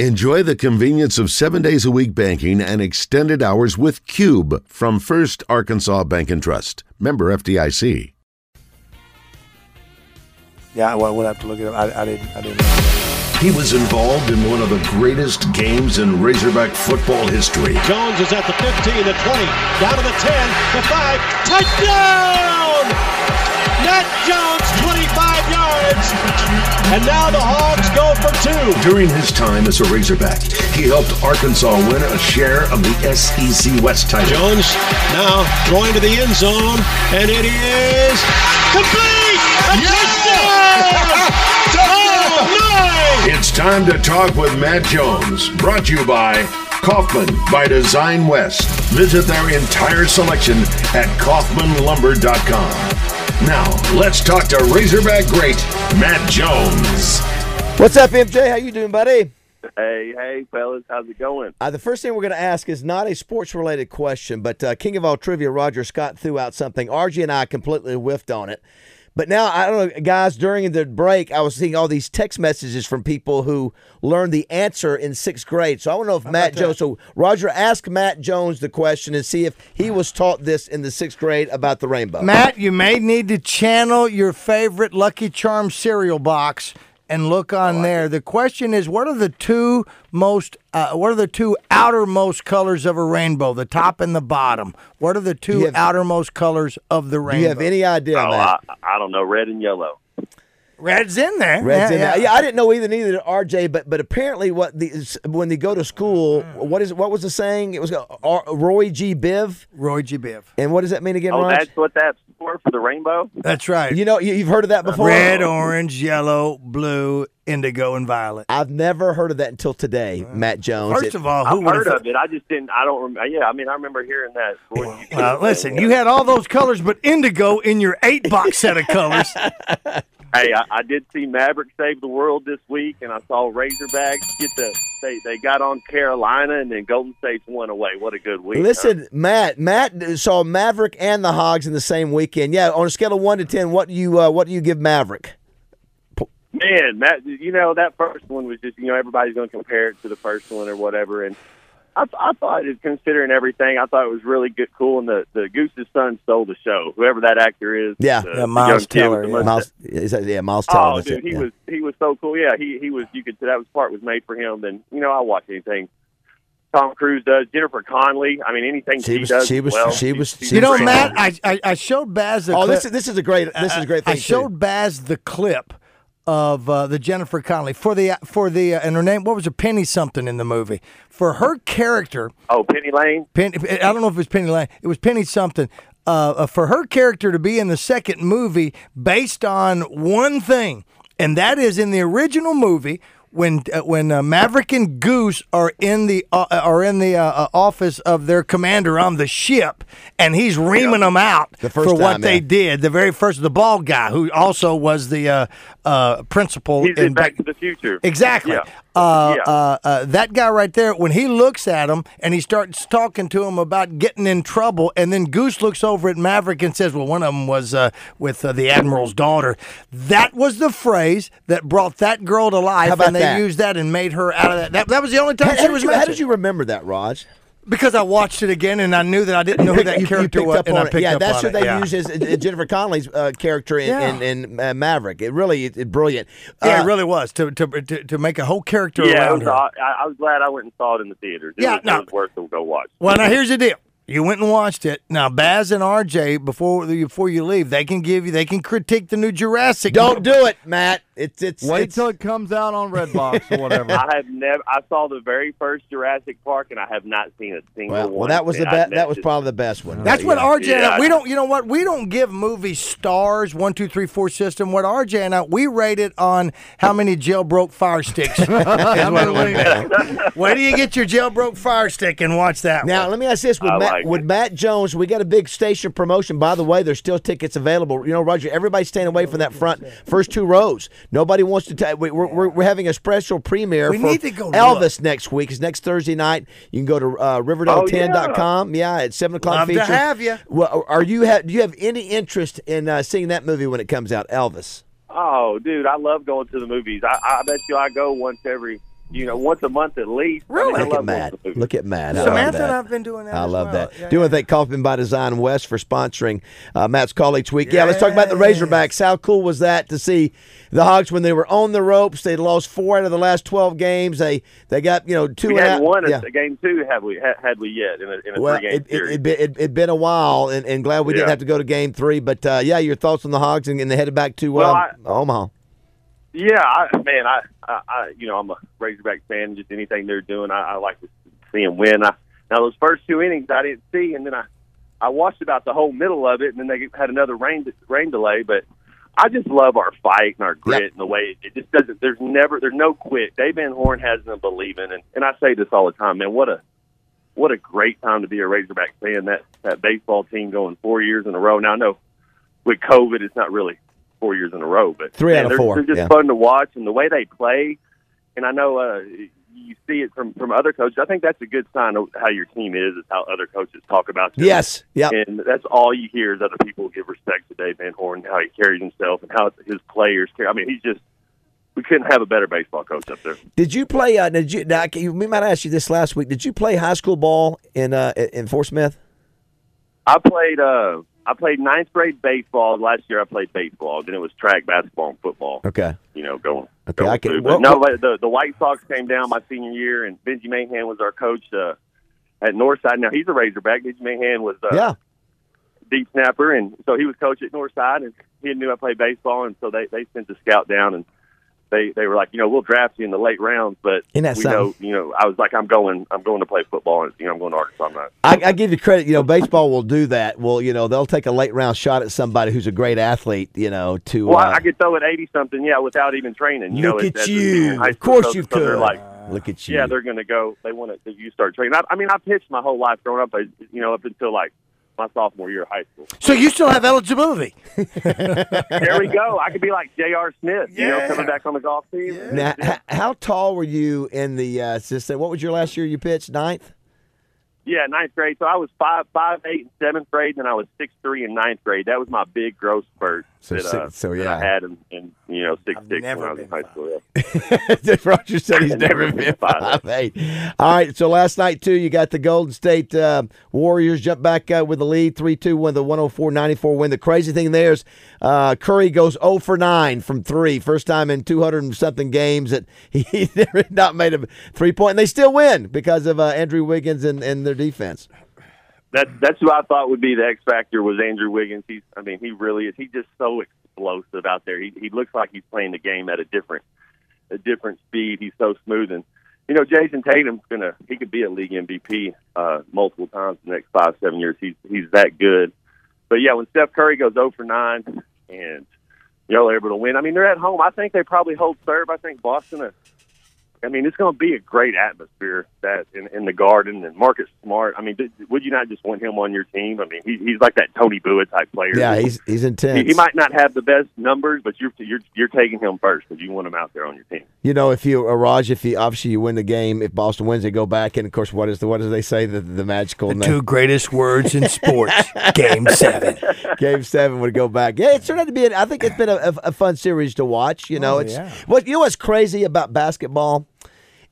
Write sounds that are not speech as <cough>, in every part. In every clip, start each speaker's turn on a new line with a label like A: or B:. A: Enjoy the convenience of seven days a week banking and extended hours with Cube from First Arkansas Bank and Trust. Member FDIC.
B: Yeah, I would have to look it up. I, I didn't. I didn't. know.
C: He was involved in one of the greatest games in Razorback football history.
D: Jones is at the 15, the 20, down to the 10, the 5, touchdown! Nat Jones, 25 yards, and now the Hogs go for two.
C: During his time as a Razorback, he helped Arkansas win a share of the SEC West title.
D: Jones now throwing to the end zone, and it is complete! A touchdown! Oh, nice!
C: It's time to talk with Matt Jones, brought to you by Kaufman by Design West. Visit their entire selection at kaufmanlumber.com. Now, let's talk to Razorback great Matt Jones.
E: What's up, MJ? How you doing, buddy?
F: Hey, hey, fellas, how's it going?
E: Uh, the first thing we're going to ask is not a sports-related question, but uh, King of All Trivia Roger Scott threw out something. RG and I completely whiffed on it. But now, I don't know, guys, during the break, I was seeing all these text messages from people who learned the answer in sixth grade. So I don't know if Matt Jones, so Roger, ask Matt Jones the question and see if he was taught this in the sixth grade about the rainbow.
G: Matt, you may need to channel your favorite Lucky Charm cereal box and look on there. The question is, what are the two most, uh, what are the two outermost colors of a rainbow? The top and the bottom. What are the two
E: you have-
G: outermost colors of the
E: Do
G: rainbow?
E: you have any idea,
F: Oh,
E: Matt?
F: I, I don't know, red and yellow.
G: Red's in there.
E: Red's
G: yeah,
E: in
G: yeah.
E: there. Yeah, I didn't know either. Neither did RJ. But but apparently, what the when they go to school,
G: Mm.
E: what is what was the saying? It was uh, R- Roy G. Biv.
G: Roy G. Biv.
E: And what does that mean again,
F: Oh,
E: Raj?
F: that's what that's for for the rainbow.
G: That's right.
E: You know, you, you've heard of that before.
G: Red, orange, yellow, blue, indigo, and violet.
E: I've never heard of that until today, Matt Jones.
G: Mm. First
E: It-
G: of all, who
F: I've
G: would
F: heard of it. I just didn't. I don't. Rem- yeah, I mean, I remember hearing that. Boy, you-
G: Well, listen, you had all those colors, but indigo in your eight box set of
E: <laughs>
G: colors.
F: Hey, I, I did see Maverick save the world this week, and I saw Razorbacks get the they they got on Carolina, and then Golden State's won away. What a good week! huh?
E: Listen, Matt. Matt saw Maverick and the Hogs in the same weekend. Yeah, on a scale of one to ten, what do you uh, what do you give Maverick?
F: man, that you know that first one was just you know everybody's going to compare it to the first one or whatever, and I, I thought it, considering everything, I thought it was really good, cool, and the the Goose's son stole the show. Whoever that actor is,
E: Yeah.
F: the,
E: Yeah,
F: the
G: Miles
F: young kid
G: Teller,
F: with the
G: yeah.
F: mustache.
E: Miles, is that, yeah, Miles Teller.
F: Oh,
E: that's
F: dude,
E: it,
F: he
E: yeah.
F: was he was so cool. Yeah, he he was. You could that was part was made for him. And you know, I watch anything Tom Cruise does. Jennifer Connelly. I mean, anything
E: She
F: she,
E: was-
F: does.
E: she was-
F: well,
E: she was-
F: she's
E: she
G: You know,
E: was
F: great.
G: Matt, I, I, I showed Baz the
E: Oh,
G: clip.
E: this is this is a great this is a great
G: I-
E: thing.
G: I showed <laughs>
E: too.
G: Baz the clip of uh, the Jennifer Connelly for the for the uh, and her name what was her Penny something in the movie for her character.
F: Oh, Penny Lane.
G: Penny, I don't know if it was Penny Lane. It was Penny something. Uh, uh, for her character to be in the second movie based on one thing, and that is in the original movie when uh, when uh, Maverick and Goose are in the uh, are in the uh, uh, office of their commander on the ship, and he's reaming them out
E: The first
G: for what
E: time,
G: they
E: yeah.
G: did. The very first, the bald guy who also was the uh, uh, principal
F: He's in Back
G: Back-
F: to the Future.
G: Exactly.
F: Yeah.
G: Uh,
F: Yeah.
G: Uh, uh, that guy right there, when he looks at him and he starts talking to him about getting in trouble, and then Goose looks over at Maverick and says, Well, one of them was uh, with uh, the Admiral's daughter. That was the phrase that brought that girl to life,
E: How about
G: and they
E: that?
G: used that and made her out of that. That, that was the only time
E: How,
G: she
E: how did
G: was
E: you, how
G: mentioned.
E: did you remember that, Raj?
G: Because I watched it again and I knew that I didn't know who
E: picked-
G: that
E: you- you
G: character
E: picked
G: was,
E: up
G: and
E: on
G: I
E: it.
G: picked
E: yeah,
G: up
E: that's
G: on
E: what
G: it.
E: they
G: yeah.
E: use as uh, Jennifer Connelly's uh, character in,
G: Yeah.
E: in, in uh, Maverick. It really it, brilliant.
G: Yeah,
E: Uh,
G: it really was to, to to to make a whole character
F: Yeah, it
G: around
F: was,
G: her.
F: aw- I, I was glad I went and saw it in the theaters. It
G: Yeah,
F: was,
G: no.
F: it was worth it. Go watch.
G: Well, now here's the deal. You went and watched it. Now Baz and RJ, before before you leave, they can give you, they can critique the new Jurassic.
E: Don't do it, Matt. It's it's
H: Wait
E: it's,
H: till it comes out on Redbox or whatever.
F: I have never. I saw the very first Jurassic Park, and I have not seen a single
E: well,
F: one.
E: well, that was the
F: since.
E: best.
F: I've
E: That was
F: never-
E: probably the best one.
G: That's
E: Uh,
G: what
E: yeah.
G: RJ and I,
F: Yeah.
G: we don't. You know what? We don't give movies stars one two three four system. What RJ and I we rate it on how many jailbroke fire <laughs> sticks. is what it would be. Where do you get your jailbroke fire stick and watch that?
E: Now
G: one?
E: let me ask this: With
F: I
E: Matt,
F: like
E: with
F: it.
E: Matt Jones, we got a big station promotion. By the way, there's still tickets available. You know, Roger, everybody's staying away from that front first two rows. Nobody wants to. Ta- we, we're, we're we're having a special premiere
G: We
E: for
G: need to go
E: Elvis
G: look.
E: next week. It's next Thursday night. You can go to uh, Riverdale10.com. yeah. at seven o'clock.
G: Oh, Love to
E: feature.
G: have ya.
E: Well, are you ha- do you have any interest in uh, seeing that movie when it comes out, Elvis?
F: Oh, dude, I love going to the movies. I, I bet you I go once every you know, once a month at least.
G: Really?
F: I, mean, I
E: Look at
F: love
E: Matt.
F: watching the movies.
E: Look at Matt. I love
G: Samantha
E: that.
G: and I've been doing that
E: I
G: as
E: love
G: well.
E: that.
G: Yeah,
E: Do want
G: yeah.
E: to thank Kaufman by Design West for sponsoring uh, Matt's call each week. Yeah, let's talk about the Razorbacks. How cool was that to see the Hogs when they were on the ropes? They lost four out of the last twelve games. They they got you know two.
F: We
E: and
F: had
E: out-
F: one
E: yeah.
F: a game two. Have we had, had we yet in a, in a
E: Well,
F: three game
E: it, it,
F: series?
E: it, been- it, it been a while, and, and glad we didn't
F: Yeah.
E: have to go to game three. But uh, yeah, your thoughts on the Hogs and, and they headed back to
F: Well,
E: um,
F: I-
E: Omaha.
F: Yeah, I, man, I, I, I, you know, I'm a Razorback fan. Just anything they're doing, I, I like to see them win. I, now those first two innings, I didn't see, and then I, I watched about the whole middle of it, and then they had another rain rain delay. But I just love our fight and our grit and the way it, it just doesn't. There's never, there's no quit. Dave Van Horn has them believing, and and I say this all the time, man. What a what a great time to be a Razorback fan. That that baseball team going four years in a row. Now I know with COVID, it's not really four years in a row, but
E: Three out of
F: they're,
E: four,
F: They're just
E: yeah.
F: fun to watch, and the way they play. And I know uh, you see it from from other coaches. I think that's a good sign of how your team is, is how other coaches talk about you.
E: Yes, yeah,
F: And that's all you hear is other people give respect to Dave Van Horn, how he carries himself, and how his players carry. I mean, he's just. We couldn't have a better baseball coach up there.
E: Did you play? Uh, did you? Now, I can- we might ask you this last week. Did you play high school ball in uh, in Fort Smith?
F: I played. uh I played ninth grade baseball last year. I played baseball. Then it was track, basketball, and football.
E: Okay.
F: you know, going.
E: Okay,
F: going
E: I can-
F: through.
E: what-
F: But no, but the the White Sox came down my senior year, and Benji Mahan was our coach uh, at Northside. Now he's a Razorback. Benji Mahan was uh,
E: yeah.
F: deep snapper, and so he was coach at Northside, and he knew I played baseball, and so they they sent a scout down, and they they were like, you know, we'll draft you in the late rounds, but
E: Isn't that
F: we know,
E: something?
F: you know, I was like, I'm going, I'm going to play football, and you know, I'm going to Arkansas. I'm not.
E: I, I give you credit. You know, baseball will do that. Well, you know, they'll take a late round shot at somebody who's a great athlete. You know, to
F: Well,
E: uh,
F: I, I could throw at eighty something, yeah, without even training. You
E: look
F: know, as-
E: at
F: as a senior in
E: you.
F: high
E: Of
F: school,
E: course
F: so-
E: you
F: so
E: could.
F: they're like,
E: look at you.
F: Yeah, they're going to go. They want to. You start training. I, I mean, I pitched my whole life growing up. I, you know, up until like my sophomore year of high school.
G: So you still have eligibility.
F: There we go. I could be like J.R. Smith. You
E: <laughs>
F: know, coming back on the golf team.
E: Now, h- how tall were you in the uh, system? What was your last year you pitched? Ninth.
F: Yeah, ninth grade. So I was five, five, eight, in seventh grade, and then I was six, three in ninth grade. That was my big growth spurt.
E: So
F: that,
E: six-
F: uh,
E: so,
F: that
E: yeah.
F: I had in, in you know six, six when
G: never
F: I was in
G: been
F: high school. Yeah.
E: <laughs> Roger said he's
F: I've never
E: never
F: been
E: been
F: five.
E: five eight. All right, so last night too, you got the Golden State uh, Warriors jump back uh, with oh the lead, three two, win the 104-94 win. The crazy thing there is uh, Curry goes zero for nine from three, first time in two hundred and something games that <laughs> he's never not made a three point, and they still win because of uh, Andrew Wiggins and, and their defense.
F: That's that's who I thought would be the X factor was Andrew Wiggins. He's I mean he really is. He's just so explosive out there. He he looks like he's playing the game at a different a different speed. He's so smooth and you know Jason Tatum's gonna he could be a league MVP uh, multiple times in the next five seven years. He's he's that good. But yeah, when Steph Curry goes 0 for nine and you know they're able to win. I mean they're at home. I think they probably hold serve. I think Boston. Uh, I mean, it's going to be a great atmosphere that in, in the Garden and Marcus Smart. I mean, did, would you not just want him on your team? I mean, he, he's like that Tony Bua type player.
E: Yeah, he's he's intense.
F: he, he might not have the best numbers, but you're you're you're taking him first because you want him out there on your team.
E: You know, if you uh, Raj, if you obviously you win the game, if Boston wins, they go back, and of course, what is the what do they say the the magical
G: The
E: name?
G: two greatest words in <laughs> sports. Game seven.
E: <laughs> Game seven would go back. Yeah, it's turned out to be. An, I think it's been a, a, a fun series to watch. You know, it's what you know. What's crazy about basketball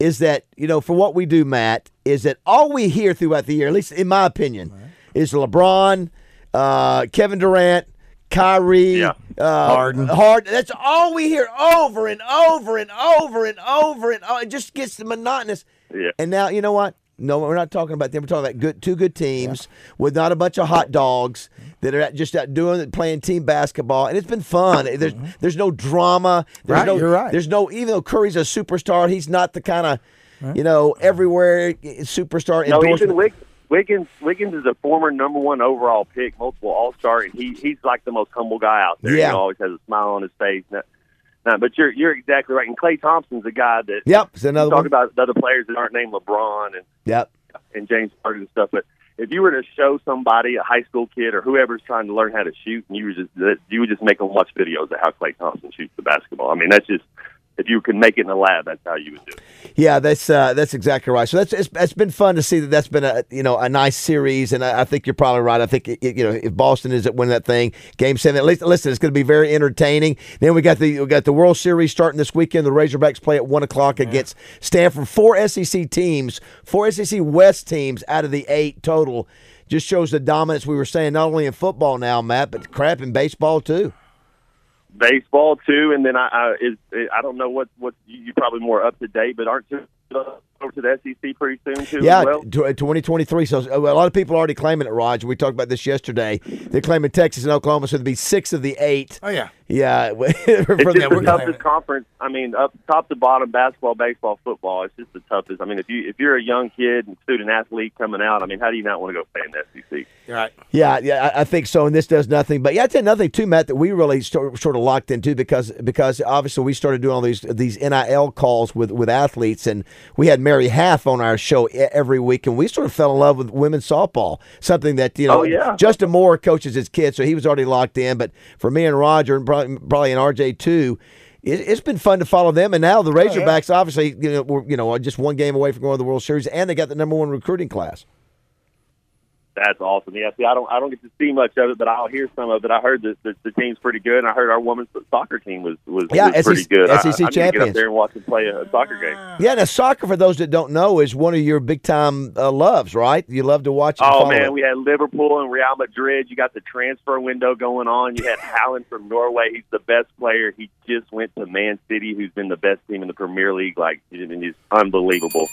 E: is that you know, for what we do, Matt, is that all we hear throughout the year, at least in my opinion, is LeBron, uh, Kevin Durant, Kyrie,
F: Yeah.
E: uh,
G: Harden.
E: Harden. That's all we hear over and over and over and over and over. It just gets monotonous.
F: Yeah.
E: And now you know what? No, we're not talking about them. We're talking about good two good teams with not a bunch of hot dogs that are out- just out doing it, playing team basketball, and it's been fun. There's there's no drama. There's
G: Mm-hmm. Right,
E: no,
G: you're right.
E: There's no even though Curry's a superstar, he's not the kind of you know everywhere eh, superstar.
F: No,
E: endorsement.
F: even Wig, Wiggins. Wiggins is a former number one overall pick, multiple All Star, and he he's like the most humble guy out there.
E: Yeah.
F: you know, always has a smile on his face. No, no, but you're you're exactly right. And Clay Thompson's a guy that
E: Yep, it's another
F: talk
E: one.
F: about the other players that aren't named LeBron and
E: yep.
F: and James Harden and stuff. But if you were to show somebody, a high school kid or whoever's trying to learn how to shoot, and you would just you would just make them watch videos of how Clay Thompson shoots the basketball. I mean, that's just if you could make it in the lab, that's how you would do it.
E: Yeah, that's uh, that's exactly right. So that's it's, it's been fun to see that that's been a you know a nice series, and I, I think you're probably right. I think it, it- you know if Boston is at win that thing, Game Seven. At least listen, it's going to be very entertaining. Then we got the we got the World Series starting this weekend. The Razorbacks play at one o'clock against Stanford. Four SEC teams, four SEC West teams out of the eight total. Just shows the dominance we were saying not only in football now, Matt, but crap in baseball too.
F: baseball too, and then I I, is, I don't know what what you- you're probably more up to date, but aren't you over to the SEC pretty soon too?
E: Yeah,
F: as well?
E: tw- 2023. So uh, a lot of people are already claiming it, Raj. We talked about this yesterday. They're claiming Texas and Oklahoma, so it'd be six of the eight.
G: Oh yeah.
E: Yeah, <laughs> from
F: It's
E: the-
F: just the toughest conference. I mean, up top to bottom, basketball, baseball, football. It's just the toughest. I mean, if you if you're a young kid and student athlete coming out, I mean, how do you not want to go play in the E SEC?
E: Yeah, yeah, I, I think so. And this does nothing, but yeah, I did nothing too, Matt. That we really sort, sort of locked into because because obviously we started doing all these these NIL calls with with athletes, and we had Mary Half on our show e- every week, and we sort of fell in love with women's softball, something that you know.
F: Oh, yeah.
E: Justin Moore coaches his kids, so he was already locked in. But for me and Roger, and probably, probably and RJ too. It, it's been fun to follow them, and now
F: Oh,
E: the Razorbacks obviously, you know, were, you know, are just one game away from going to the World Series, and they got the number one recruiting class.
F: That's awesome. Yeah, see, I don't I don't get to see much of it, but I'll hear some of it. I heard that the, the team's pretty good, and I heard our women's soccer team was was,
E: Yeah, E
F: was pretty
E: SEC
F: good. I, I need to get up
E: champions.
F: there and watch them play a soccer game.
E: Yeah, now soccer, for those that don't know, is one of your big time uh, loves, right? You love to watch. and
F: Oh
E: follow
F: man,
E: it.
F: we had Liverpool and Real Madrid. You got the transfer window going on. You had Haaland from Norway. He's the best player. He just went to Man City, who's been the best team in the Premier League. Like, I mean, he's unbelievable.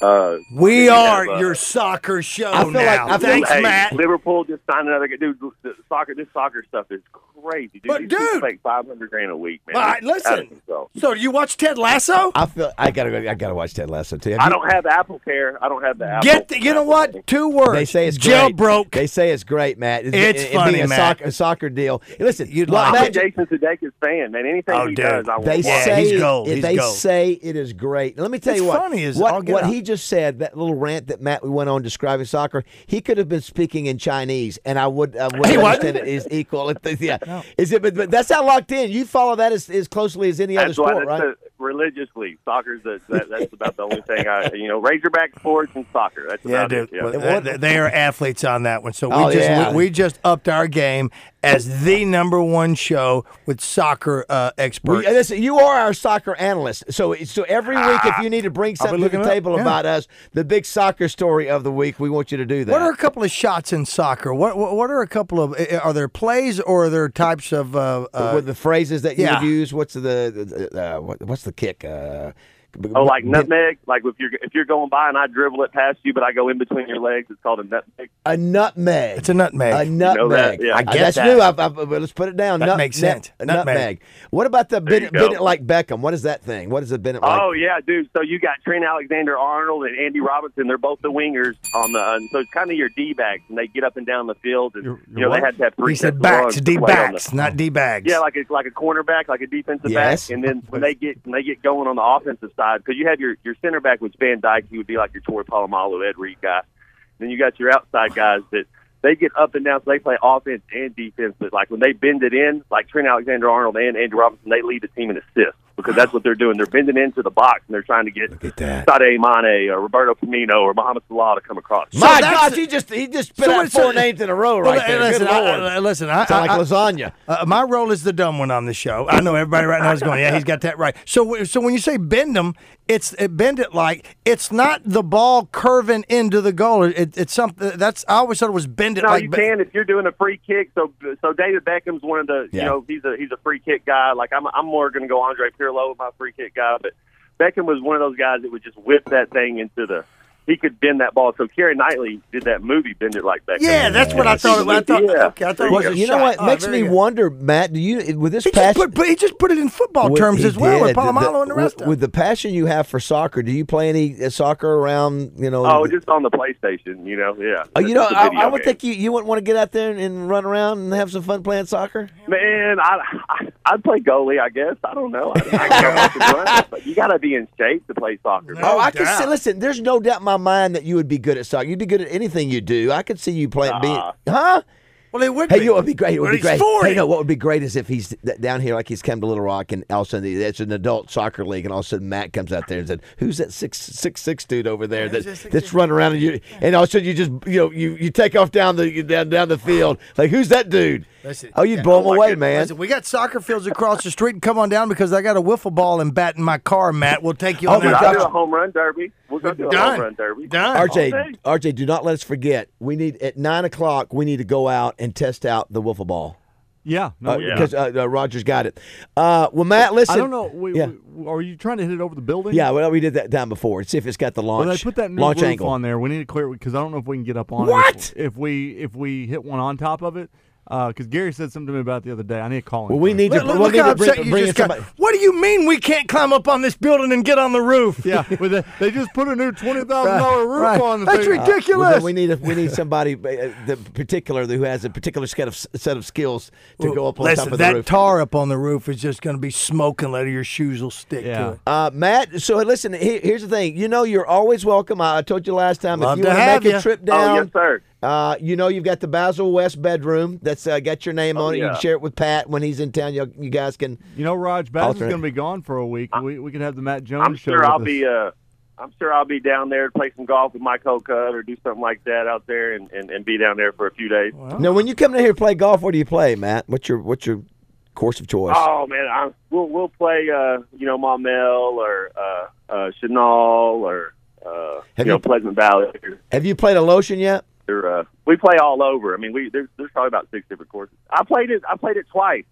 F: Uh,
G: We
F: Yeah,
G: are
F: but-
G: your soccer show
E: I feel
G: now.
E: like- I feel
G: Thanks,
F: hey,
G: Matt.
F: Liverpool just signed another guy. dude. The soccer, this soccer stuff is crazy, dude.
G: But,
F: These dudes
G: dude-
F: make five hundred grand a week, man.
G: All right,
F: It's out of
G: listen.
F: control.
G: So, do you watch Ted Lasso?
E: I feel I gotta go- I gotta watch that last one too. Have
F: I
E: you-
F: don't have Apple Care. I don't have the Apple.
G: Get the, you know what? Two words.
E: They say it's great.
G: jailbroke.
E: They say it's great, Matt.
G: It's
E: it- it
G: funny,
E: being a
G: Matt.
E: Soccer, a soccer deal. Listen,
G: You'd
E: well,
G: like
F: I'm a
E: imagine-
F: Jason Sudeikis fan, man. Anything
G: Oh,
F: he
G: dude.
F: does, I want
E: They
F: to watch.
G: Yeah,
E: say
G: he's gold.
E: it-
G: He's
E: they
G: gold.
E: say it is great. Let me tell
G: It's
E: you what.
G: funny as all
E: what,
G: get
E: what
G: out.
E: he just said, that little rant that Matt we went on describing soccer, he could have been speaking in Chinese, and I would I would
G: He what?
E: understand it is equal. <laughs> Yeah, is it? But, but that's how locked in. You follow that as, as closely as any other
F: That's why
E: sport,
F: that's
E: right?
F: the, religiously. Soccer's the, that, that's about the only thing I you know. Razorback sports and soccer. That's
G: Yeah,
F: about
G: dude.
F: it. Yeah.
G: Well, they- they, they are athletes on that one. So we
E: Oh,
G: just
E: yeah.
G: we, we just upped our game as the number one show with soccer uh,
E: We,
G: experts.
E: and listen, you are our soccer analyst. So, so every week, if you need to bring something to
G: Ah, looking
E: the
G: it up,
E: table
G: yeah.
E: about us, the big soccer story of the week, we want you to do that.
G: What are a couple of shots in soccer? What what, what are a couple of eh, are there plays or are there types of uh, uh,
E: with the phrases that you
G: yeah.
E: would use? What's the, the uh, what, what's the kick? Uh,
F: Oh, like nutmeg. Like if you're if you're going by and I dribble it past you, but I go in between your legs, it's called a nutmeg.
E: a nutmeg.
G: It's a nutmeg.
E: A
G: You
F: know
E: nutmeg. Uh,
F: that? Yeah. I
G: get
E: That's
G: that.
E: new. I've, I've, well, let's put it down.
G: That
E: Nut-
G: makes
E: nut-
G: sense.
E: nutmeg.
G: Nutmeg.
E: What about the
F: There you
E: Bennett,
F: go.
E: Bennett like Beckham? What is that thing? What is the Bennett like?
F: Oh yeah, dude. So you got Trent Alexander Arnold and Andy Robinson. They're both the wingers on the. And so it's kind of your d backs, and they get up and down the field. And you know they had to have three.
G: he said
F: sets of
G: backs,
F: lungs to
G: d
F: play on the-
G: backs, not d bags.
F: Yeah, like a, like a cornerback, like a defensive
E: Yes.
F: back, and then when they get when they get going on the offensive side, because you have your your center back was Van Dyke, he would be like your Torrey Palomalu, Ed Reed guy. Then you got your outside guys that they get up and down, so they play offense and defense. But like when they bend it in, like Trent Alexander Arnold and Andy Robinson, they lead the team in assists because that's what they're doing. They're bending into the box and they're trying to get Sade Mane or Roberto Firmino or Mohamed Salah to come across.
G: that's
E: My gosh,
G: a-
E: he just he just spit
G: So
E: out
G: it's a-
E: four names in a row
G: Well,
E: right there.
G: Listen,
E: Good
G: I,
E: Lord.
G: I- listen, I,
E: Sound
G: I-
E: like lasagna.
G: Uh, my role is the dumb one on the show. I know everybody right now is going, yeah, he's got that right. So, w- so when you say bend them, it's uh bend it like it's not the ball curving into the goal. It, it's something that's I always thought it was bend it
F: No,
G: like.
F: you
G: but-
F: can if you're doing a free kick. So, so David Beckham's one of the,
E: Yeah.
F: you know, he's a he's a free kick guy. Like I'm, I'm more going to go Andre Pirlo with my free kick guy. But Beckham was one of those guys that would just whip that thing into the. He could bend that ball. So Kerry Knightley did that movie, Bend It Like Beckham.
G: Yeah, that's what I thought. it was. I thought,
F: Yeah.
G: okay, I thought it
F: Well,
G: was a
E: you know
G: shot. Oh,
E: what?
G: All right,
E: Makes
G: very
E: me
G: good.
E: wonder, Matt. Do you with this
G: He just,
E: passion?
G: put, but he just put it in football
E: with-
G: terms
E: he
G: as well with
E: did. The-
G: Palomalo and the rest
E: with,
G: of
E: with
G: them.
E: the passion you have for soccer, do you play any uh, soccer around? You know,
F: Oh, just on the PlayStation, you know. Yeah.
E: Oh, you
F: It's
E: know,
F: a
E: I,
F: video
E: I would
F: game.
E: think you, you wouldn't want to get out there and, and run around and have some fun playing soccer.
F: Man, I, I I'd play goalie. I guess I don't know. I, I don't know if I could run, but you got to be in shape to play soccer.
E: Oh, I can
G: doubt.
E: see. Listen, there's no
F: Uh-huh.
E: doubt in my mind that you would be good at soccer. You'd be good at anything you do. I could see you playing. being, huh?
G: Well, it would
E: Hey,
G: be.
E: you know what would be great? It would
G: Well,
E: be
G: he's
E: great.
G: 40.
E: Hey, no, what would be great is if he's d- down here, like he's come to Little Rock, and all of a sudden it's an adult soccer league, and all of a sudden Matt comes out there and said, "Who's that six six six dude over there that, that's running around?" And you, and all of a sudden you just you know you, you take off down the you down down the field, like who's that dude?
G: That's it.
E: Oh, you'd blow him away, man.
G: Listen, we got soccer fields across the street. Come on down because I got a wiffle ball and bat in my car, Matt. We'll take you
E: Oh,
G: on
E: my
G: that.
E: God.
F: I'll do a home run derby. We'll go do a
G: Done.
F: home run derby.
G: Done.
E: RJ,
F: Okay.
E: RJ, do not let us forget. We need at nine o'clock. We need to go out and test out the wiffle ball
H: Yeah. No, we-
E: because uh, uh, Rogers got it. Uh, well, Matt, listen.
H: I don't know. We,
E: yeah,
H: we- are you trying to hit it over the building?
E: yeah. Well, we did that time before. See if it's got the launch.
H: Well, they put that new
E: launch
H: roof
E: angle
H: on there. We need to clear because I don't know if we can get up on it.
E: What?
H: If, if we if we hit one on top of it, because Gary said something to me about it the other day. I need to call him.
E: Well, we
H: first.
E: need
G: Look,
E: to.
G: look,
E: we'll
G: look
E: need
G: how
E: to bring,
G: upset you
E: bring
G: just
E: somebody.
G: got. What do you mean we can't climb up on this building and get on the roof?
H: <laughs> Yeah, with the, they just put a new twenty thousand dollar roof
G: Right.
H: on. The
G: That's
H: thing. Uh,
G: ridiculous.
E: Well, then we need a, we need somebody <laughs> uh, the particular who has a particular set of set of skills to go up on
G: Listen,
E: top of the
G: that
E: roof.
G: tar up on the roof is just going to be smoking. Later, your shoes will stick to
H: Yeah.
G: it.
E: uh, Matt, so listen. Here, here's the thing. You know, you're always welcome. I, I told you last time.
G: Love
E: if you
G: to
E: want
G: have
E: make
G: ya.
E: a trip down,
F: Oh yes, sir.
E: Uh, you know, you've got the Basil West bedroom that's uh, got your name on it. You
F: Oh, yeah.
E: can share it with Pat when he's in town. You, you guys can.
H: You know, Raj Bass is
E: Alternate.
H: going to be gone for a week. We we could have the Matt Jones
F: I'm
H: show.
F: sure
H: with
F: I'll
H: us.
F: be. Uh, I'm sure I'll be down there to play some golf with Mike Hocutt or do something like that out there and, and, and be down there for a few days.
E: Now, when you come down here to play golf, where do you play, Matt? What's your what's your course of choice?
F: Oh man, I, we'll we'll play. Uh, you know, Maumelle or uh, uh, Chenal or uh, you
E: Have
F: know
E: you-
F: Pleasant Valley. Or,
E: Have you played a lotion yet?
F: or, uh, we play all over. I mean, we there's there's probably about six different courses. I played it. I played it twice.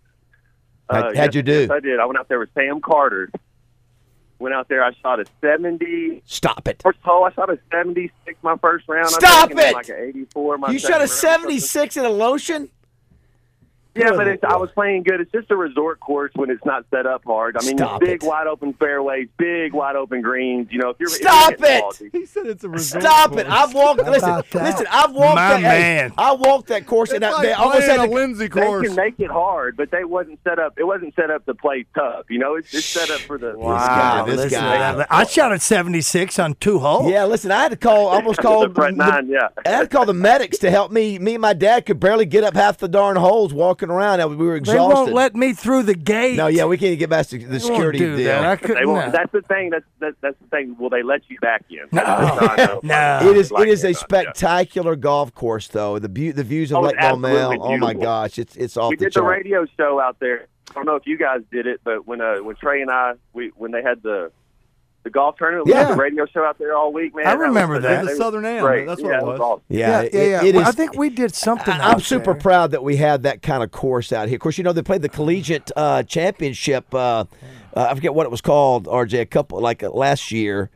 E: How'd-
F: Uh,
E: how'd you
F: yes,
E: do?
F: yes, I did. I went out there with Sam Carter. Went out there. I shot a seventy.
E: Stop it.
F: First hole, I shot a seventy-six. My first round.
E: Stop
F: I think, and
E: it!
F: Like an eighty-four. My
E: You
F: second
E: shot a
F: round or something.
E: 76 in a lotion?
F: Yeah, but it's, I was playing good. It's just a resort course when it's not set up hard. I mean,
E: Stop it.
F: big wide open fairways, big wide open greens. You know, if you're if you're
E: Stop
F: hitting the ball
E: it!
F: deep.
H: He said it's a resort
E: Stop
H: course.
E: it! I've walked. Listen,
G: about that?
E: listen. I've walked
G: My
E: that. hey,
G: man.
E: I walked that course, and
H: It's
E: I,
H: like
E: they almost
H: playing
E: had
H: a
E: to.
H: Lindsay
F: They
H: course.
F: can make it hard, but they wasn't set up. It wasn't set up to play tough. You know, it's, it's set up for the
E: guy, Ah, this
G: listen to
E: guy.
G: that. I shot at 76 on two holes.
E: Yeah, listen. I had to call. Almost
F: <laughs> the
E: called.
F: front nine. Yeah,
E: I had to call the medics to help me. Me and my dad could barely get up half the darn holes walking around. and We were
G: They
E: exhausted.
G: won't let me through the gate.
E: no, yeah, we can't get past the, the
G: They won't
E: security
G: do
E: deal.
G: that. I
F: they
G: couldn't.
F: won't.
G: no.
F: That's the thing. That's that, that's the thing. Will they let you back in?
E: <laughs>
G: No. No.
E: It is
F: Like
E: it is a
F: it, uh,
E: spectacular golf course though. The view the views of
F: Oh,
E: Lake
F: it's
E: Maumelle.
F: absolutely
E: Oh my
F: beautiful.
E: gosh, it's it's off
F: we
E: the
F: did the
E: chart.
F: radio show out there. I don't know if you guys did it, but when uh, when Trey and I we when they had the the golf tournament, we
E: Yeah.
F: had the radio show out there all week, man.
G: I remember
F: was,
G: that.
F: was
H: The Southern Am,
F: great.
H: that's what
F: yeah,
H: it was.
F: awesome.
E: Yeah,
G: yeah, yeah.
E: it- it
G: Well, I
E: is-
G: think we did something.
E: I- I'm
G: out
E: super
G: there.
E: proud that we have that kind of course out here. Of course, you know they played the collegiate uh, championship. Uh, uh, I forget what it was called, RJ. A couple like uh, last year,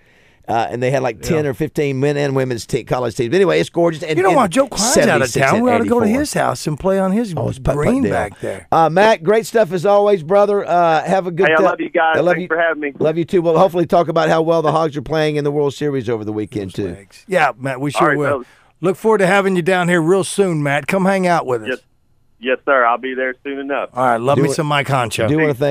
E: uh, and they had like ten or fifteen men and women's te- college teams. But anyway, it's gorgeous. And,
G: You know,
E: and
G: while Joe Klein's out of
E: 76
G: town,
E: and
G: we ought to go to
E: 84.
G: his house and play on his
E: Oh, it's putt-putt
G: green
E: deal.
G: back there.
E: Uh, Matt, great stuff as always, brother. Uh, have a good.
F: Hey,
E: uh,
F: I love you guys.
E: I love
F: Thanks
E: you
F: for having me.
E: Love you too. We'll hopefully talk about how well the Hogs are playing in the World Series over the weekend too.
G: Yeah, Matt, we sure
F: right,
G: will.
F: fellas.
G: Look forward to having you down here real soon, Matt. Come hang out with us.
F: Yes, yes, sir. I'll be there soon enough.
G: All right, love
E: Do
G: me
E: it.
G: some Mike Honcho.
E: Do you want to thank?